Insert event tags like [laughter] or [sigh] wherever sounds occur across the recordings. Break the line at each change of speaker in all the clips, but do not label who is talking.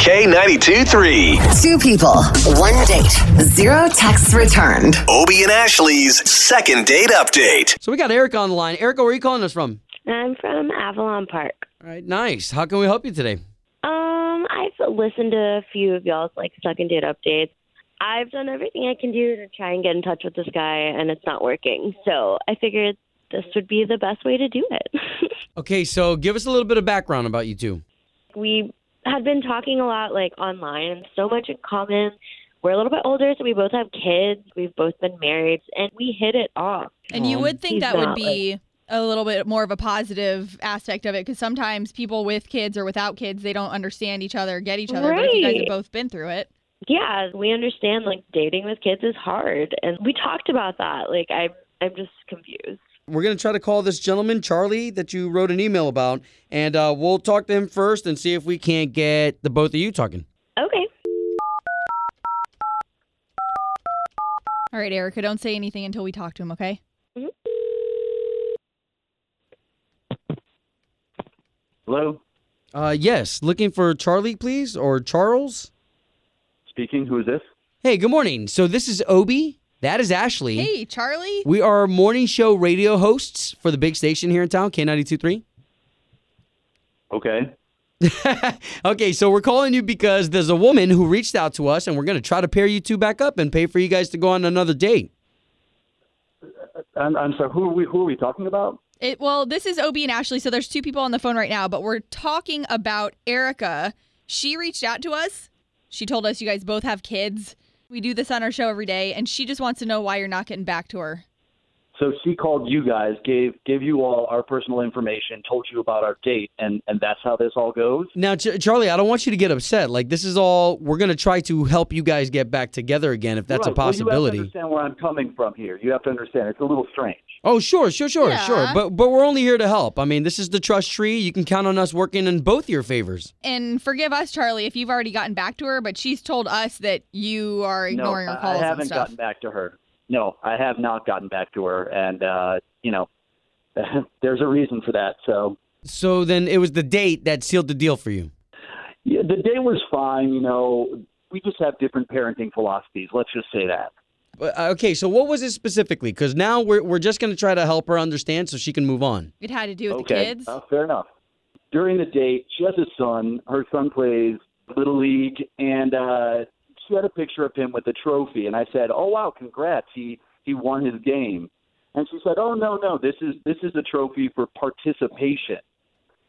K92 3.
Two people, one date, zero texts returned.
Obie and Ashley's second date update.
So we got Erica on the line. Erica, where are you calling us from?
I'm from Avalon Park.
All right, nice. How can we help you today?
Um, I've listened to a few of y'all's like second date updates. I've done everything I can do to try and get in touch with this guy, and it's not working. So I figured this would be the best way to do it. [laughs]
Okay, so give us a little bit of background about you two.
we had been talking a lot like online and so much in common. We're a little bit older, so we both have kids. We've both been married, and we hit it off.
And you would think
He's
that would
not, like-
be a little bit more of a positive aspect of it because sometimes people with kids or without kids, they don't understand each other, get each other. But if you guys have
Right.
both been through it,
yeah, we understand like dating with kids is hard, and we talked about that. Like I'm, I'm just confused.
We're going to try to call this gentleman, Charlie, that you wrote an email about, and uh, we'll talk to him first and see if we can't get the both of you talking.
Okay.
all right, Erica, don't say anything until we talk to him, okay?
Hello,
Uh, yes, looking for Charlie, please, or Charles.
speaking. Who is this?
Hey, good morning. So this is Obie. That is Ashley.
Hey, Charlie.
We are morning show radio hosts for the big station here in town, K92.3.
Okay.
okay, so we're calling you because there's a woman who reached out to us, and we're going to try to pair you two back up and pay for you guys to go on another date.
I'm, I'm sorry. Who are we? Who are we talking about?
It, well, this is Obie and Ashley, so there's two people on the phone right now, but we're talking about Erica. She reached out to us. She told us you guys both have kids. We do this on our show every day, and she just wants to know why you're not getting back to her.
So she called you guys, gave gave you all our personal information, told you about our date, and and that's how this all goes.
Now, Ch- Charlie, I don't want you to get upset. Like, this is all we're going to try to help you guys get back together again if that's a
Right.
possibility.
Well, you have to understand where I'm coming from here. You have to understand. It's a little strange.
Oh, sure, sure, sure, sure.
Yeah.
But but we're only here to help. I mean, this is the trust tree. You can count on us working in both your favors.
And forgive us, Charlie, if you've already gotten back to her, but she's told us that you are ignoring
no,
her
I-
calls
I
and
haven't
stuff.
gotten back to her. No, I have not gotten back to her, and uh, you know, [laughs] there's a reason for that. So
So then it was the date that sealed the deal for you.
yeah, the day was fine. You know, we just have different parenting philosophies. Let's just say that.
But, uh, okay, so what was it specifically? Because now we're we're just gonna try to help her understand so she can move on.
It had to do with the
okay.
kids.
Uh, fair enough. During the date, she has a son. Her son plays Little League, and uh, she had a picture of him with a trophy. And I said, "Oh wow, congrats! He he won his game." And she said, "Oh no, no, this is this is a trophy for participation.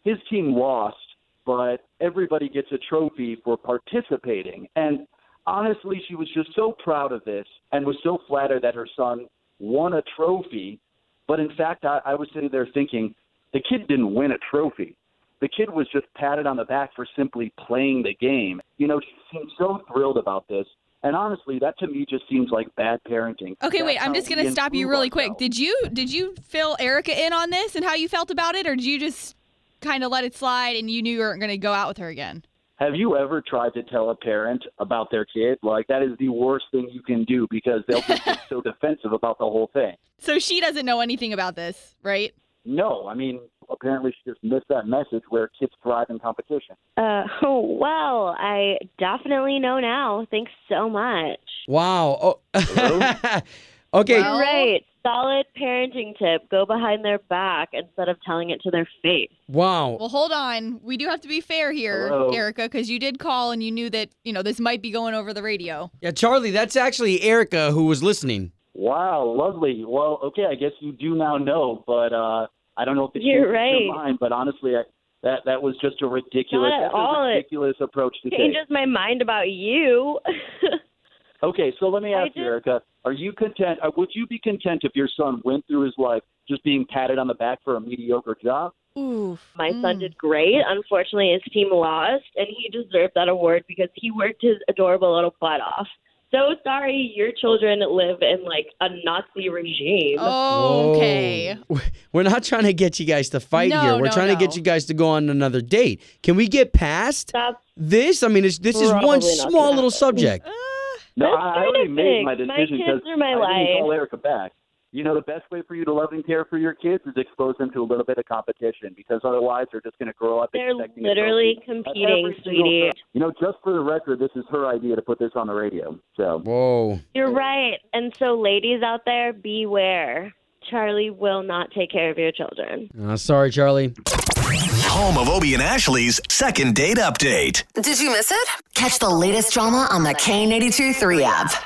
His team lost, but everybody gets a trophy for participating." And honestly, she was just so proud of this and was so flattered that her son won a trophy. But in fact, I, I was sitting there thinking, the kid didn't win a trophy. The kid was just patted on the back for simply playing the game. You know, she seemed so thrilled about this. And honestly, that to me just seems like bad parenting.
Okay, wait.
That's
I'm
how
just
we
gonna stop you
improve
really quick.
ourselves.
Did you did you fill Erica in on this and how you felt about it, or did you just kind of let it slide and you knew you weren't gonna go out with her again?
Have you ever tried to tell a parent about their kid? Like, that is the worst thing you can do because
[laughs]
they'll just get so defensive about the whole thing.
So she doesn't know anything about this, right?
No, I mean, apparently she just missed that message where kids thrive in competition.
Uh, [laughs] oh, well, I definitely know now. Thanks so much.
Wow. Oh. [laughs] okay.
Wow.
You're right. Solid parenting tip. Go behind their back instead of telling it to their face.
Wow.
Well, hold on. We do have to be fair here,
Hello?
Erica, because you did call and you knew that you know this might be going over the radio.
Yeah, Charlie, that's actually Erica who was listening.
Wow, lovely. Well, okay, I guess you do now know, but uh, I don't know if it
You're
changed
right.
your mind. But honestly, I, that that was just a ridiculous,
Not at
that was a
all. It
ridiculous approach to take.
Changes my mind about you. [laughs]
Okay, so let me
I
ask you,
just-
Erica: Are you content? uh, Would you be content if your son went through his life just being patted on the back for a mediocre job?
Ooh,
my
Mm.
son did great. Unfortunately, his team lost, and he deserved that award because he worked his adorable little butt off. So sorry, your children live in like a Nazi regime.
Oh,
Oh.
Okay.
Whoa. [laughs] We're not trying to get you guys to fight
No,
here. We're
no,
trying to get
no.
you guys to go on another date. Can we get past
That's
this? I mean, it's, this is
Probably
one
not gonna
small little
happen.
[laughs]
subject.
No,
That's
I, I
kind
already
of
made
big.
my
My
decision
kids
because
are my
I didn't
life.
call Erica back. you know, the best way for you to love and care for your kids is expose them to a little bit of competition because otherwise they're just going to grow up.
They're
expecting a
literally
trophy. At
competing,
every single
sweetie.
turn. You know, just for the record, this is her idea to put this on the radio. So
Whoa.
You're right. And so, ladies out there, beware. Charlie will not take care of your children.
Uh, sorry, Charlie.
Home of Obie and Ashley's second date update.
Did you miss it? Catch the latest drama on the K82 3 app.